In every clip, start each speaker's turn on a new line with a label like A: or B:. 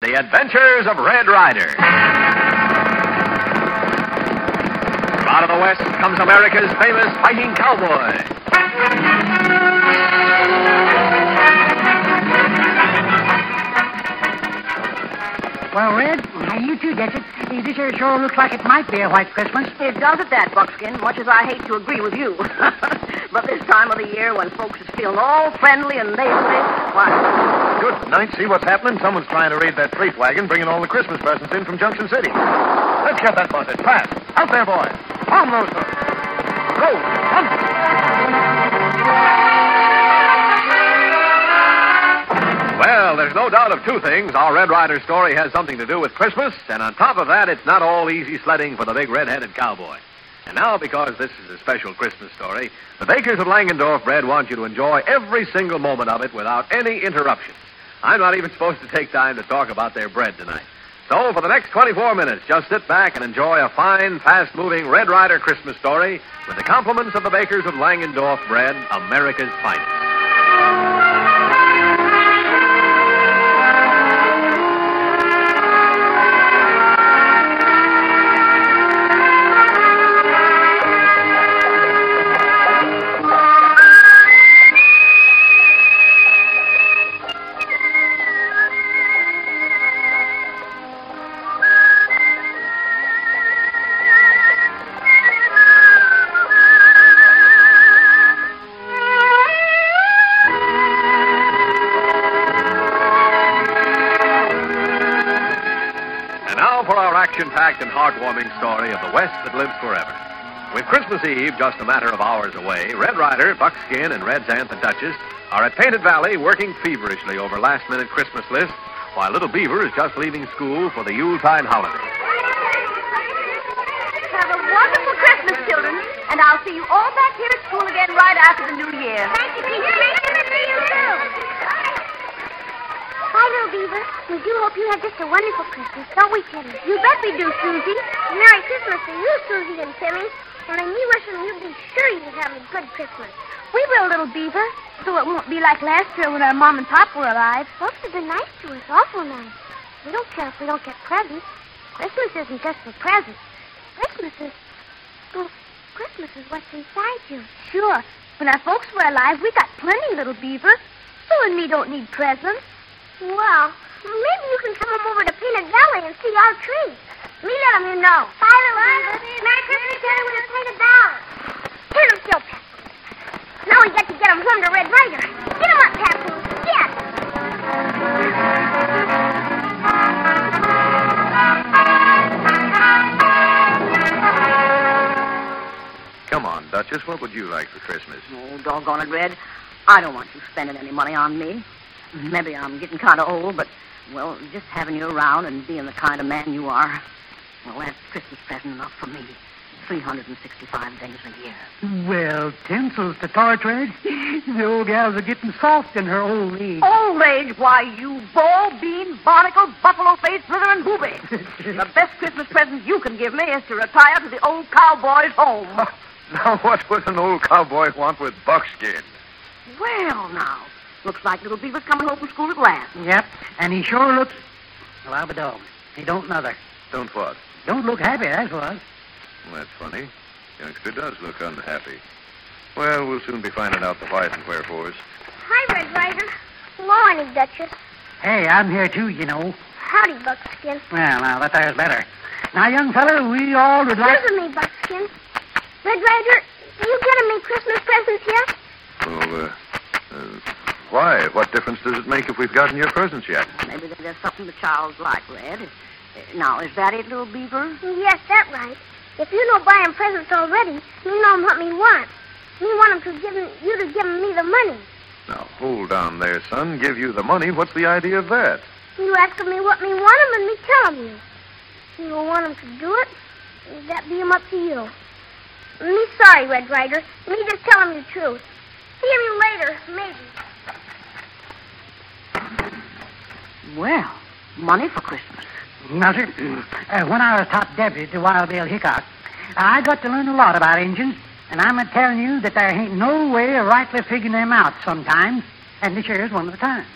A: The Adventures of Red Rider. From out of the West comes America's famous fighting cowboy.
B: Well, Red, now you too, Desert. This here sure looks like it might be a white Christmas.
C: It does at that, Buckskin, much as I hate to agree with you. but this time of the year, when folks is feeling all friendly and neighborly, why,
A: Good night. See what's happening? Someone's trying to raid that freight wagon, bringing all the Christmas presents in from Junction City. Let's get that busted fast. Out there, boys. On those hooks. Go. On. Well, there's no doubt of two things. Our Red Rider story has something to do with Christmas, and on top of that, it's not all easy sledding for the big red-headed cowboy. And now, because this is a special Christmas story, the bakers of Langendorf Bread want you to enjoy every single moment of it without any interruption. I'm not even supposed to take time to talk about their bread tonight. So, for the next 24 minutes, just sit back and enjoy a fine, fast moving Red Rider Christmas story with the compliments of the bakers of Langendorf Bread, America's finest. And now for our action packed and heartwarming story of the West that lives forever. With Christmas Eve just a matter of hours away, Red Rider, Buckskin, and Red's Aunt the Duchess are at Painted Valley working feverishly over last minute Christmas lists, while Little Beaver is just leaving school for the Yuletide holiday.
C: have a wonderful Christmas, children. And I'll see you all back here at school again right after the new year. Thank you, Peter.
D: Hi, Little Beaver. We do hope you have just a wonderful Christmas, don't we, Timmy?
C: You bet we do, Susie.
D: Merry Christmas to you, Susie and Timmy. And when you wish them, you'll be sure you have a good Christmas.
E: We will, little beaver. So it won't be like last year when our mom and pop were alive.
D: Folks have been nice to us, awful nice. We don't care if we don't get presents. Christmas isn't just for presents. Christmas is, well, Christmas is what's inside you.
E: Sure. When our folks were alive, we got plenty, little beaver. Sue and me don't need presents.
D: Well, maybe you can come him over to Peanut Valley and see our tree. Me let him in now. Bye, little Beaver. Merry Christmas to everyone at Peanut Valley. Here's him, still, Pat. Now we got to get him home to Red Rider. Get him up, Papoose. Yes.
A: Come on, Duchess, what would you like for Christmas?
C: Oh, doggone it, Red. I don't want you spending any money on me. Maybe I'm getting kind of old, but, well, just having you around and being the kind of man you are, well, that's Christmas present enough for me. 365 days a year.
B: Well, tinsels to torch, Red. the old gals are getting soft in her old age.
C: Old age? Why, you ball, bean, barnacle, buffalo face, blithering booby. the best Christmas present you can give me is to retire to the old cowboy's home.
A: Now, what would an old cowboy want with Buckskin?
C: Well, now, looks like little Beaver's coming home from school at last.
B: Yep, and he sure looks. Well, I'm a dog. He don't another.
A: Don't what?
B: Don't look happy, that's what.
A: Well, that's funny. Youngster does look unhappy. Well, we'll soon be finding out the whys and wherefores.
D: Hi, Red Rider. Morning, Duchess.
B: Hey, I'm here too, you know.
D: Howdy, Buckskin.
B: Well, now that there's better. Now, young feller, we all would like.
D: Cover me, Buckskin. Red Rider, you getting me Christmas presents yet?
A: Well, uh, uh, why? What difference does it make if we've gotten your presents yet?
C: Maybe there's something the child's like, Red. Uh, Now, is that it, little Beaver?
D: Yes, that right. If you don't buy him presents already, me know him what me want. Me want him to give him, you to give him me the money.
A: Now, hold on there, son. Give you the money. What's the idea of that?
D: You ask him me what me want him, and me tell him you. You will want him to do it. That be him up to you. Me sorry, Red Rider. Me just tell him the truth. See me later, maybe.
C: Well, money for Christmas.
B: Now, sir, uh, when I was top deputy to Wild Bill Hickok, I got to learn a lot about engines, and I'm a telling you that there ain't no way of rightly figuring them out sometimes, and this here's one of the times.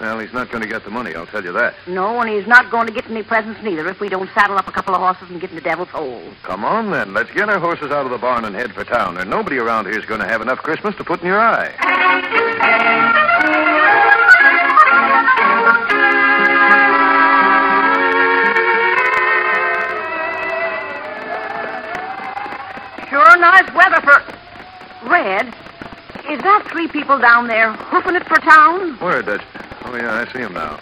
A: Well, he's not going to get the money, I'll tell you that.
C: No, and he's not going to get any presents neither if we don't saddle up a couple of horses and get in the devil's hole.
A: Come on, then. Let's get our horses out of the barn and head for town. And nobody around here is going to have enough Christmas to put in your eye.
C: Sure nice weather for. Red, is that three people down there hoofing it for town?
A: Where, Dutch? Oh, yeah, I see him now.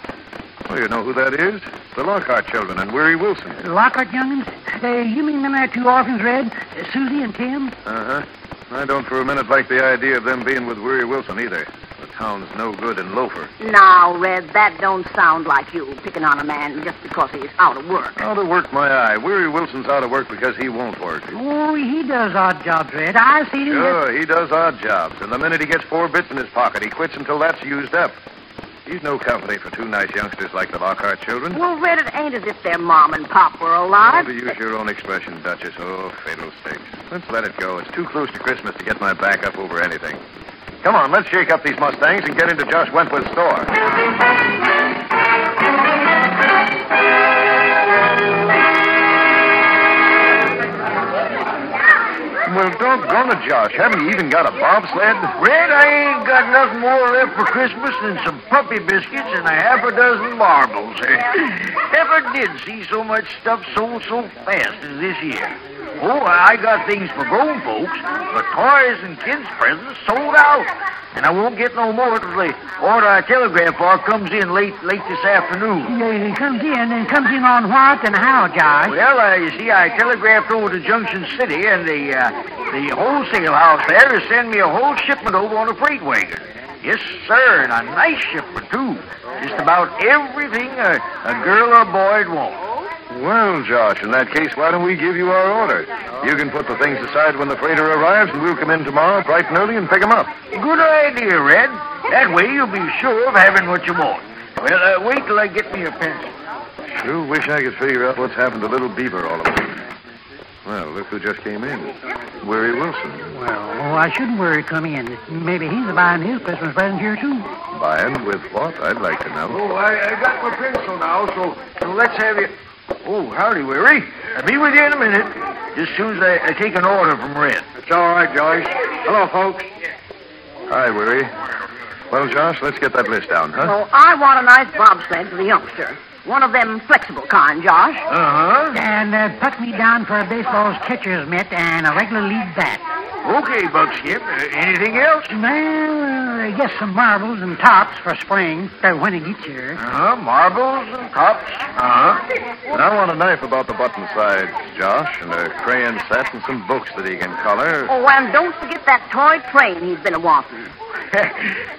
A: Well, you know who that is? The Lockhart children and Weary Wilson.
B: Lockhart youngins? Uh, you mean them there two orphans, Red? Uh, Susie and Tim?
A: Uh huh. I don't for a minute like the idea of them being with Weary Wilson either. The town's no good in Loafer.
C: Now, Red, that don't sound like you picking on a man just because he's out of work.
A: Out of work, my eye. Weary Wilson's out of work because he won't work.
B: Oh, he does odd jobs, Red. I've seen him.
A: Sure, he does odd jobs, and the minute he gets four bits in his pocket, he quits until that's used up. He's no company for two nice youngsters like the Lockhart children.
C: Well, Red, it ain't as if their mom and pop were alive.
A: to use your own expression, Duchess. Oh, fatal stakes. Let's let it go. It's too close to Christmas to get my back up over anything. Come on, let's shake up these Mustangs and get into Josh Wentworth's store. Well, doggone it, Josh. Haven't you even got a bobsled?
F: Red, I ain't got nothing more left for Christmas than some puppy biscuits and a half a dozen marbles. Never did see so much stuff sold so fast as this year. Oh, I got things for grown folks, but toys and kids' presents sold out. And I won't get no more till the order I telegraph for comes in late late this afternoon.
B: Yeah, he comes in and comes in on what and how, Josh?
F: Well, uh, you see, I telegraphed over to Junction City, and the uh, the wholesale house there has sent me a whole shipment over on a freight wagon. Yes, sir, and a nice shipment too. Just about everything a, a girl or boy'd want.
A: Well, Josh, in that case, why don't we give you our order? You can put the things aside when the freighter arrives, and we'll come in tomorrow bright and early and pick 'em up.
F: Good idea, Red. That way you'll be sure of having what you want. Well, uh, wait till I get me a pencil.
A: Sure wish I could figure out what's happened to little Beaver all of a sudden. Well, look who just came in. Weary Wilson.
B: Well, why shouldn't Weary come in? Maybe he's buying his Christmas present here, too.
A: Buying with what, I'd like to know.
F: Oh, I, I got my pencil now, so, so let's have you. Oh, howdy, Weary. I'll be with you in a minute. Just as soon as I, I take an order from Red. It's all right, Joyce. Hello, folks.
A: Hi, Weary. Well, Josh, let's get that list down, huh?
C: Oh, I want a nice bobsled for the youngster. One of them flexible kind, Josh.
F: Uh huh.
B: And uh, put me down for a baseball's catcher's mitt and a regular lead bat.
F: Okay, Buckskin. Uh, anything else?
B: Well, uh, yes, some marbles and tops for spring, uh, when it gets here.
F: Uh
A: Uh-huh.
F: huh. Marbles and tops. Uh huh.
A: And I want a knife about the button sides, Josh, and a crayon set and some books that he can color.
C: Oh, and don't forget that toy train he's been a wanting.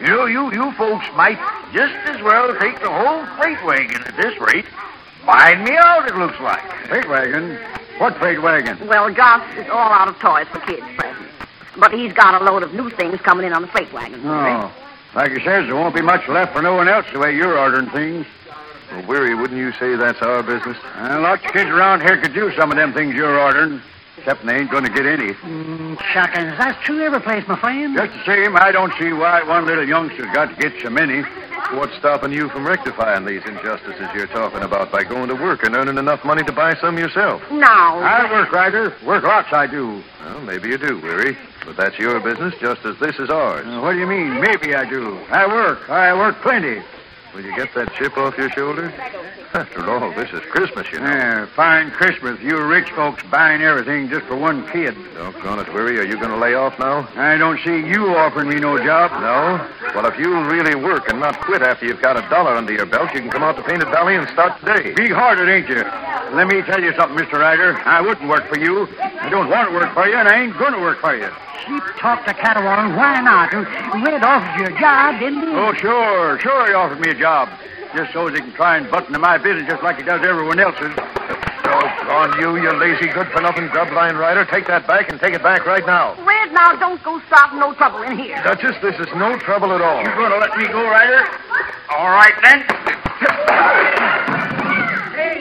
F: you know, you, you folks might just as well take the whole freight wagon at this rate. Find me out, it looks like. Freight wagon? What freight wagon?
C: Well, Josh is all out of toys for kids presents. But he's got a load of new things coming in on the freight wagon.
F: Oh. Like you says, there won't be much left for no one else the way you're ordering things.
A: Well, Weary, wouldn't you say that's our business?
F: Uh, lots of kids around here could use some of them things you're ordering, except they ain't going to get any.
B: Mm, shotguns, that's true every place, my friend.
F: Just the same, I don't see why one little youngster's got to get so many.
A: What's stopping you from rectifying these injustices you're talking about by going to work and earning enough money to buy some yourself?
C: Now,
F: I work, Ryder. Work lots, I do.
A: Well, maybe you do, Weary. But that's your business just as this is
F: Uh,
A: ours.
F: what do you mean? Maybe I do. I work. I work plenty.
A: Will you get that chip off your shoulder? After all, this is Christmas, you know.
F: Yeah, fine Christmas. You rich folks buying everything just for one kid.
A: Doggone it, Weary, are you going to lay off now?
F: I don't see you offering me no job.
A: No? Well, if you'll really work and not quit after you've got a dollar under your belt, you can come out to Painted Valley and start today.
F: Big hearted, ain't you? Let me tell you something, Mr. Ryder. I wouldn't work for you. I don't want to work for you, and I ain't going to work for you.
B: Cheap talk to Catawba, why not? Red offers you a job, didn't he?
F: Oh, sure. Sure, he offered me a job. Just so they can try and button to my business just like he does everyone else's.
A: Doggone you, you lazy good-for-nothing grub-line rider. Take that back and take it back right now.
C: Red, now don't go starting no trouble in here.
A: Duchess, this is no trouble at all.
F: going to let me go, Ryder? All right, then.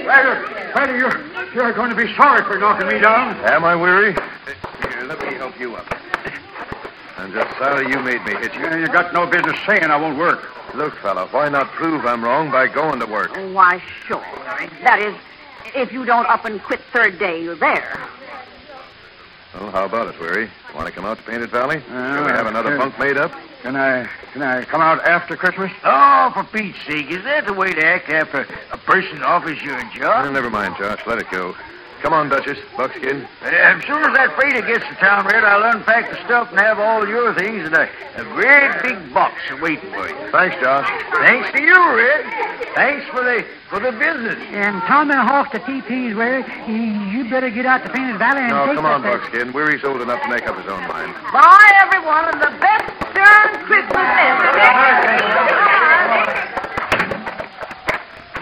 F: Ryder, Ryder, you're, you're going to be sorry for knocking me down.
A: Am I weary? Here, let me help you up. I'm just sorry you made me hit you.
F: You got no business saying I won't work.
A: Look, fella, why not prove I'm wrong by going to work?
C: Oh, Why, sure. That is, if you don't up and quit third day you're there.
A: Well, how about it, Weary? Want to come out to Painted Valley?
F: Uh,
A: Can we have another
F: sure.
A: bunk made up?
F: Can I can I come out after Christmas? Oh, for Pete's sake, is that the way to act after a person offers you a
A: Well,
F: job?
A: Uh, never mind, Josh. Let it go. Come on, Duchess. Buckskin.
F: Uh, As soon as that freighter gets to town, Red, I'll unpack the stuff and have all your things in a, a very big box waiting for you.
A: Thanks, Josh.
F: Thanks to you, Red. Thanks for the for the business.
B: And Tomahawk the TP's where you better get out to Painted Valley and
A: No,
B: take
A: Oh, come on,
B: that
A: Buckskin.
B: thing.
A: Weary's old enough to make up his own mind.
C: Bye, everyone, and the best darn Christmas ever.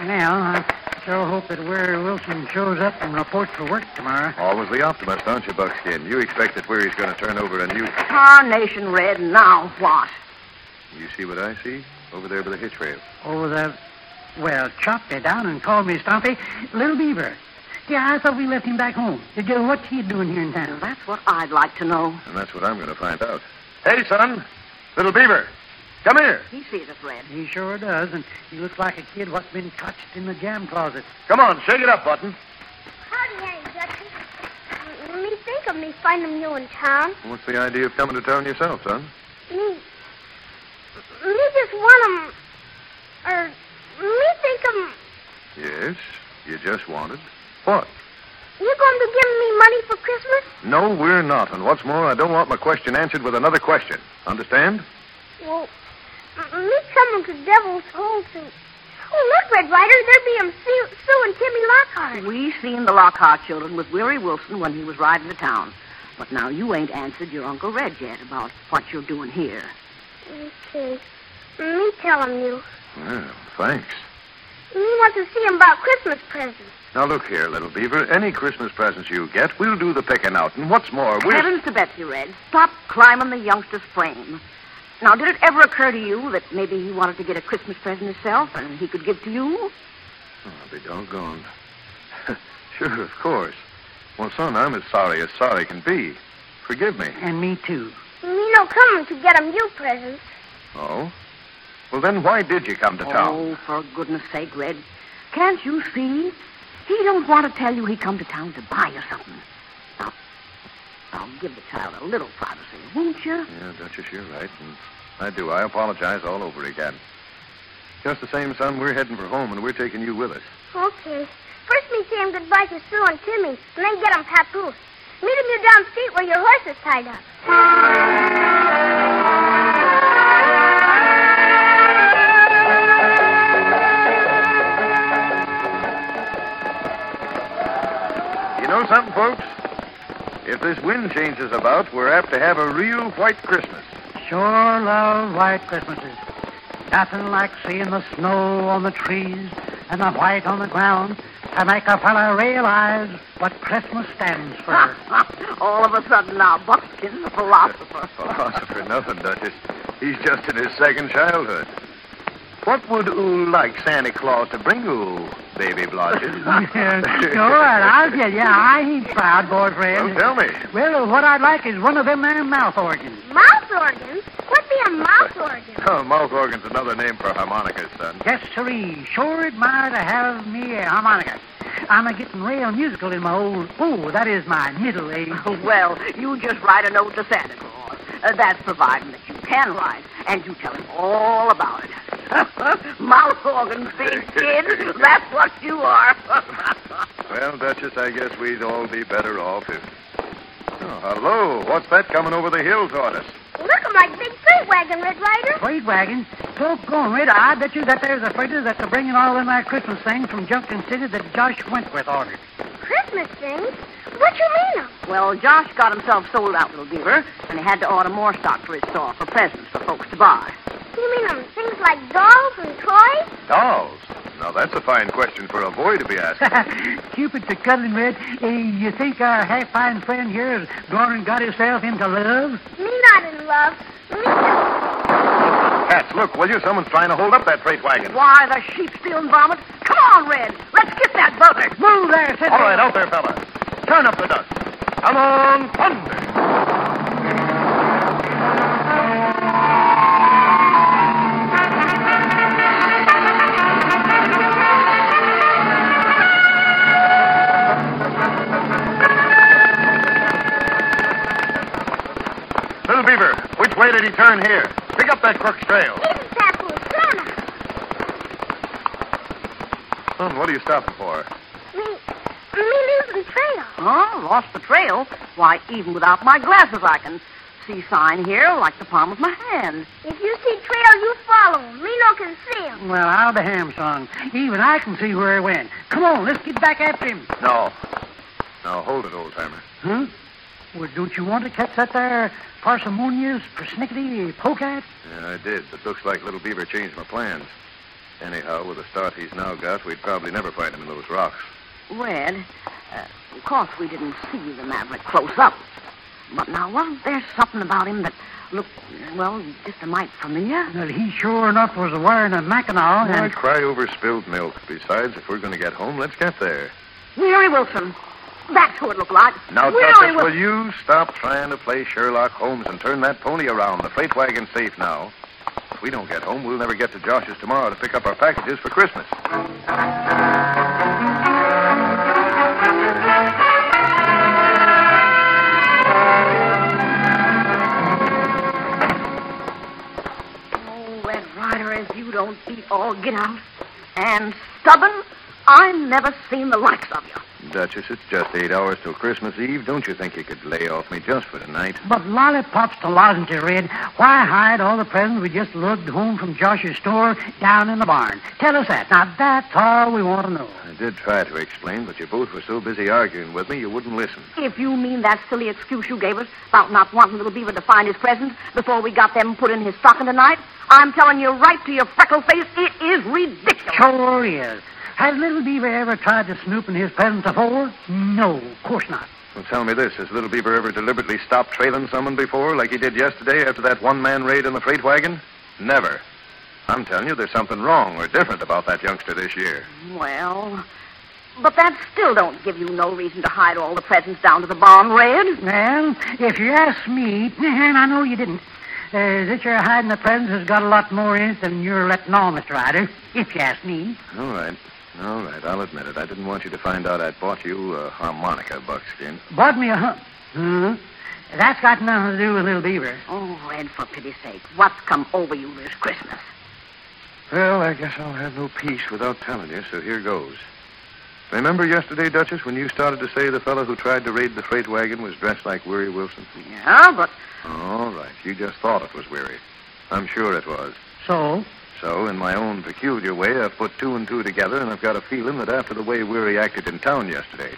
B: Now, I sure hope that Weary Wilson shows up and reports for work tomorrow.
A: Always the optimist, aren't you, Buckskin? You expect that Weary's going to turn over and you...
C: Carnation red, now what?
A: You see what I see? Over there by the hitch rail.
B: Oh, the. Well, chopped me down and called me Stumpy. Little Beaver. Yeah, I thought we left him back home. Did- What's he doing here in town?
C: That's what I'd like to know.
A: And that's what I'm going to find out. Hey, son. Little Beaver. Come here.
C: He sees us red.
B: He sure does, and he looks like a kid what's been clutched in the jam closet.
A: Come on, shake it up, Button.
D: Howdy, Harry Judson. Me think of me finding you in town.
A: What's the idea of coming to town yourself, son?
D: Me, me just want 'em, or me think 'em.
A: Yes. You just wanted. What?
D: You going to give me money for Christmas?
A: No, we're not. And what's more, I don't want my question answered with another question. Understand?
D: Well, m- me coming to Devil's Hole to. Oh, look, Red Rider, there be 'em Sue, Sue and Timmy Lockhart.
C: We seen the Lockhart children with Weary Wilson when he was riding to town. But now you ain't answered your Uncle Red yet about what you're doing here.
D: Okay, me tell 'em you.
A: Well, thanks.
D: Me want to see 'em about Christmas presents.
A: Now look here, little beaver. Any Christmas presents you get, we'll do the picking out. And what's more, we'll
C: Heavens to Betsy Red, stop climbing the youngster's frame. Now, did it ever occur to you that maybe he wanted to get a Christmas present himself and he could give to you?
A: Oh, I'll be doggone. sure, of course. Well, son, I'm as sorry as sorry can be. Forgive me.
B: And me, too.
D: Me no coming to get 'em you presents.
A: Oh? Well, then why did you come to town?
C: Oh, for goodness sake, Red. Can't you see? He don't want to tell you he come to town to buy you something. Now, now give the child a little privacy, won't you?
A: Yeah, Duchess, you're right. And I do. I apologize all over again. Just the same, son, we're heading for home, and we're taking you with us.
D: Okay. First me say 'em goodbye to Sue and Timmy, and then get 'em papoose. Meet 'em you down street where your horse is tied up.
A: You know something, folks? If this wind changes about, we're apt to have a real white Christmas.
B: Sure love white Christmases. Nothing like seeing the snow on the trees and the white on the ground to make a fella realize what Christmas stands for.
C: All of a sudden now, Buckskin's a philosopher.
A: Philosopher, Oh, nothing, Duchess. He's just in his second childhood. What would oo like Santa Claus to bring oo, baby blotches?
B: Yeah, sure, I'll tell you, I ain't proud,
A: Well,
B: boyfriend.
A: tell me.
B: Well, what I'd like is one of them there mouth organs.
D: Mouth organs? What be a mouth organ?
A: Oh, mouth organ's another name for harmonicas, son.
B: Yes, siree. Sure admire to have me a harmonica. I'm a getting real musical in my old, oh, that is my middle age.
C: Well, you just write a note to Santa Claus. Uh, that's providing that you can write, and you tell him all about it. Mouth organ thief, kid. That's what you are.
A: Well, Duchess, I guess we'd all be better off if. Oh, hello. What's that coming over the hill toward us?
D: Look at my big freight wagon, Red Rider.
B: Freight wagon? Doggone, Red, I bet you that there's a freighter that's a bringing all them there Christmas things from Junction City that Josh Wentworth ordered.
D: Christmas things? What you mean 'em?
C: well, Josh got himself sold out, little beaver, and he had to order more stock for his store for presents for folks to buy.
D: You mean 'em things like dolls and toys?
A: Dolls. Now, that's a fine question for a boy to be asking.
B: Cupid to cuddling, Red. Eh, you think our half-fine friend here has gone and got himself into love?
D: Me not in love. Me just...
A: Cats, look, will you? Someone's trying to hold up that freight wagon.
C: Why, the sheep stealing vomit? Come on, Red. Let's get that bugger.
B: Move there, sit
A: All right, out there, fella. Turn up the dust. Come on, thunder. Little Beaver, which way did he turn here? Pick up that crook's trail.
D: Isn't that Hosanna?
A: Hmm, what are you stopping for?
D: Me, me losing trail.
C: Oh, lost the trail? Why, even without my glasses, I can see sign here like the palm of my hand.
D: If you see trail, you follow. Me no can see 'em.
B: Well, I'll be ham song. Even I can see where he went. Come on, let's get back after him.
A: No. Now, hold it, old timer.
B: Huh? Well, don't you want to catch that there parsimonious, persnickety polecat?
A: Yeah, I did, but looks like Little Beaver changed my plans. Anyhow, with the start he's now got, we'd probably never find him in those rocks.
C: Red, uh, of course we didn't see the maverick close up. But now, wasn't there something about him that looked, well, just a mite familiar?
B: Well, he sure enough was wearing a Mackinaw
A: I
B: and...
A: cry over spilled milk. Besides, if we're going to get home, let's get there.
C: Weary Wilson. That's who it looked like.
A: Now,
C: Weary
A: Duchess,
C: Wil-
A: will you stop trying to play Sherlock Holmes and turn that pony around? The freight wagon's safe now. If we don't get home, we'll never get to Josh's tomorrow to pick up our packages for Christmas.
C: Oh, Red Rider, if you don't beat all get out and stubborn, I never seen the likes of you.
A: Duchess, it's just eight hours till Christmas Eve. Don't you think you could lay off me just for tonight?
B: But lollipops to lozenges, Red. Why hide all the presents we just lugged home from Josh's store down in the barn? Tell us that. Now, that's all we want to know.
A: I did try to explain, but you both were so busy arguing with me, you wouldn't listen.
C: If you mean that silly excuse you gave us about not wanting Little Beaver to find his presents before we got them put in his stocking tonight, I'm telling you right to your freckle face, it is ridiculous.
B: Sure is. Has Little Beaver ever tried to snoop in his presents before? No, of course not.
A: Well, tell me this. Has Little Beaver ever deliberately stopped trailing someone before, like he did yesterday after that one man raid on the freight wagon? Never. I'm telling you, there's something wrong or different about that youngster this year.
C: Well, but that still don't give you no reason to hide all the presents down to the barn, Red.
B: Well, if you ask me, and I know you didn't, uh, that you're hiding the presents has got a lot more in it than you're letting on, Mr. Ryder, if you ask me.
A: All right. All right, I'll admit it. I didn't want you to find out I'd bought you a harmonica, Buckskin.
B: Bought me a hump. Huh? That's got nothing to do with Little Beaver.
C: Oh, Red, for pity's sake, what's come over you this Christmas?
A: Well, I guess I'll have no peace without telling you, so here goes. Remember yesterday, Duchess, when you started to say the fellow who tried to raid the freight wagon was dressed like Weary Wilson?
C: Yeah, but
A: All right, you just thought it was Weary. I'm sure it was.
B: So?
A: So, in my own peculiar way, I've put two and two together, and I've got a feeling that after the way Weary acted in town yesterday,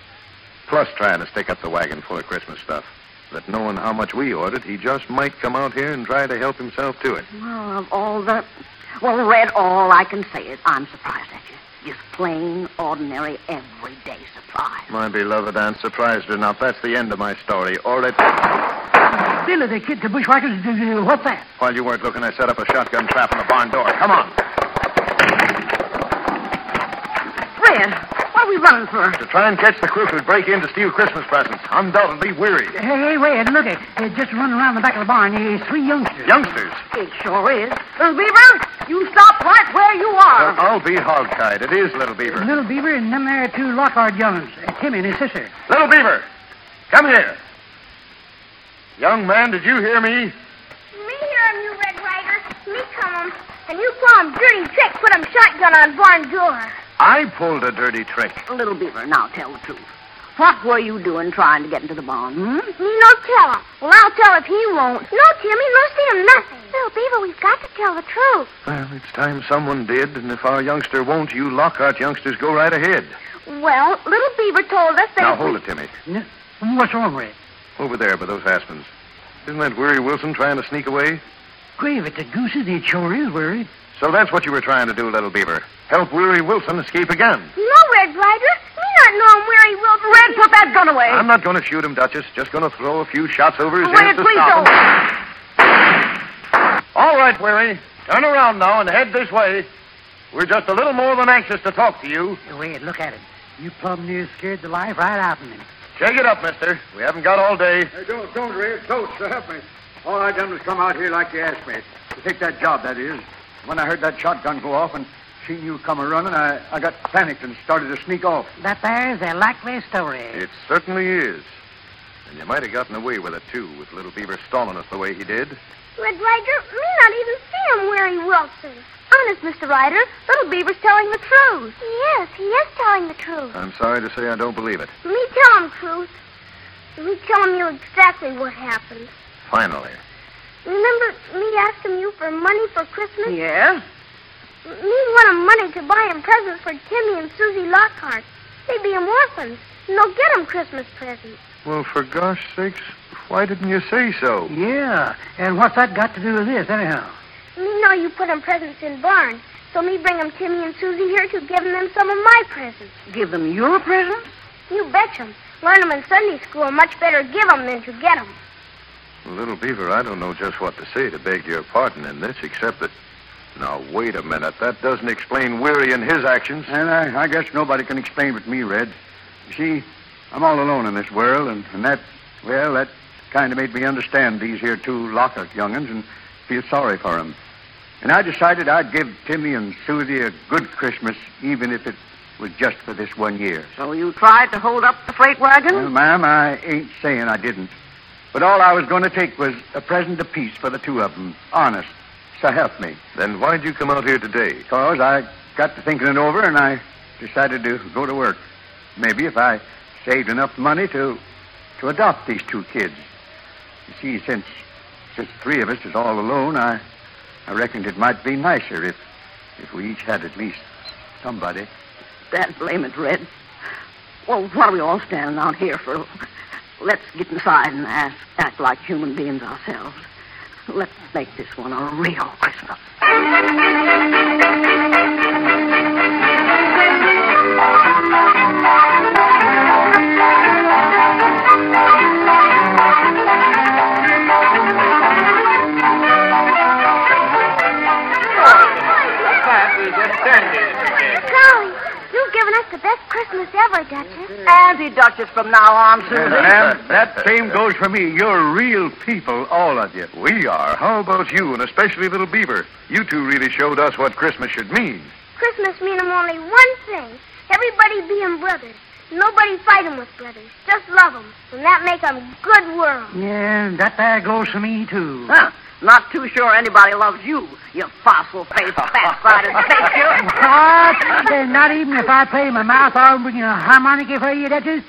A: plus trying to stick up the wagon full of Christmas stuff, that knowing how much we ordered, he just might come out here and try to help himself to it.
C: Well, of all the. Well, Red, all I can say is I'm surprised at you. Just plain, ordinary, everyday surprise.
A: My beloved aunt, surprised or not, that's the end of my story. Or it.
B: Billy, the kid, the bushwhackers, d- d- what's that?
A: While you weren't looking, I set up a shotgun trap on the barn door. Come on.
C: Red, what are we running for?
A: To try and catch the crook who'd break in to steal Christmas presents. Undoubtedly weary.
B: Hey, hey, wait, look, it, it just running around the back of the barn. Hey, three youngsters.
A: Youngsters.
C: It sure is. Little Beaver, you stop right where you
A: Well,
C: are.
A: I'll be hog-tied. It is Little Beaver.
B: Little Beaver and them there two Lockhart young'uns, uh, Timmy and his sister.
A: Little Beaver, come here. Young man, did you hear me?
D: Me hear 'em, you Red Rider. Me come 'em. And you call 'em dirty trick, put 'em shotgun on barn door.
A: I pulled a dirty trick.
C: Little Beaver, now tell the truth. What were you doing trying to get into the barn? Hmm?
D: Me no tell him. Well, I'll tell if he won't. No, Timmy, no see him nothing. Little Beaver, we've got to tell the truth.
A: Well, it's time someone did, and if our youngster won't, you Lockhart youngsters go right ahead.
D: Well, Little Beaver told us
A: Now hold it, Timmy.
B: N- What's wrong with it?
A: Over there by those aspens. Isn't that Weary Wilson trying to sneak away?
B: Grave at the gooses, it sure is worried.
A: So that's what you were trying to do, Little Beaver. Help Weary Wilson escape again.
D: No, Red Rider. Me not know him where he will.
C: Red, put that gun away.
A: I'm not going to shoot him, Duchess. Just going to throw a few shots over his
C: Red,
A: head to
C: please
A: stop
C: don't.
A: him. All right, Weary. Turn around now and head this way. We're just a little more than anxious to talk to you.
B: Hey, wait, look at him. You plumb near scared the life right out of him.
A: Shake it up, mister. We haven't got all day.
G: Hey, don't, don't, Red. Don't. So help me.
F: All I done was come out here like you asked me. To take that job, that is. When I heard that shotgun go off and seen you come a running, I, I got panicked and started to sneak off.
B: That there's a likely story.
A: It certainly is. And you might have gotten away with it, too, with little Beaver stalling us the way he did.
D: Red Ryder may not even see him, Weary Wilson.
H: Honest, Mr. Ryder, Little Beaver's telling the truth.
D: He is. He is telling the truth.
A: I'm sorry to say I don't believe it.
D: Me tell him, Cruz. Me tell him you exactly what happened.
A: Finally.
D: Remember me asking you for money for Christmas?
C: Yes?
D: Me wanted money to buy him presents for Timmy and Susie Lockhart. They be him orphans, and they'll get him Christmas presents.
A: Well, for gosh sakes, why didn't you say so?
B: Yeah, and what's that got to do with this, anyhow?
D: Me know you put him presents in barn, so me bring him Timmy and Susie here to give them some of my presents.
C: Give them your present?
D: You betch 'em. Learn 'em in Sunday school. Much better give 'em than to get 'em.
A: Little Beaver, I don't know just what to say to beg your pardon in this, except that. Now, wait a minute. That doesn't explain Weary and his actions.
F: And I, I guess nobody can explain but me, Red. You see, I'm all alone in this world, and, and that, well, that kind of made me understand these here two Lockhart young'uns and feel sorry for 'em. And I decided I'd give Timmy and Susie a good Christmas, even if it was just for this one year.
C: So you tried to hold up the freight wagon?
F: Well, ma'am, I ain't saying I didn't. But all I was going to take was a present apiece for the two of 'em. Honest. So help me.
A: Then why'd you come out here today?
F: Because I got to thinking it over and I decided to go to work. Maybe if I saved enough money to to adopt these two kids. You see, since since three of us is all alone, I I reckoned it might be nicer if if we each had at least somebody.
C: That blame it, Red. Well, what are we all standing out here for? Let's get inside and ask, act like human beings ourselves. Let's make this one a real Christmas.
D: Golly, you've given us the best Christmas ever, Duchess.
C: Auntie Duchess from now on, Susie.
F: Ma'am, that same goes for me. You're real people, all of you.
A: We are. How about you, and especially Little Beaver? You two really showed us what Christmas should mean.
D: Christmas mean 'em only one thing. Everybody be 'em brothers. Nobody fight 'em with brothers. Just love 'em, and that make 'em good world.
B: Yeah, and that there goes for me, too.
C: Huh, not too sure anybody loves you, you fossil-faced, fat-sided
B: What? Then not even if I play my mouth on bringing a harmonica for you, Duchess.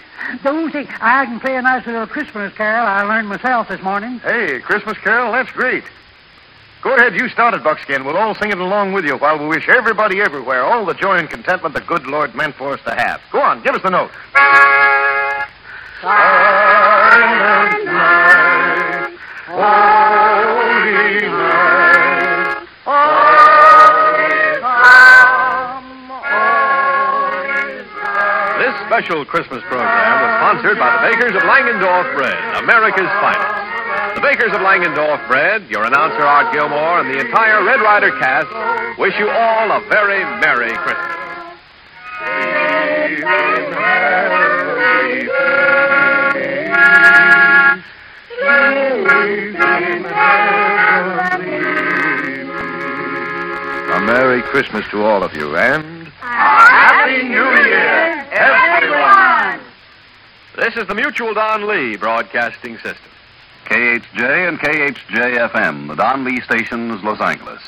B: Don't think I can play a nice little Christmas carol I learned myself this morning.
A: Hey, Christmas Carol, that's great. Go ahead, you start it, Buckskin. We'll all sing it along with you while we wish everybody everywhere all the joy and contentment the good Lord meant for us to have. Go on, give us the note. Silent night, holy night,
I: This special Christmas program was sponsored by the Bakers of Langendorf Bread, America's finest. The Bakers of Langendorf Bread, your announcer Art Gilmore, and the entire Red Rider cast wish you all a very Merry Christmas.
A: A Merry Christmas to all of you, and
F: Happy New Year, everyone!
I: This is the Mutual Don Lee Broadcasting System.
J: KHJ and KHJFM, the Don Lee stations, Los Angeles.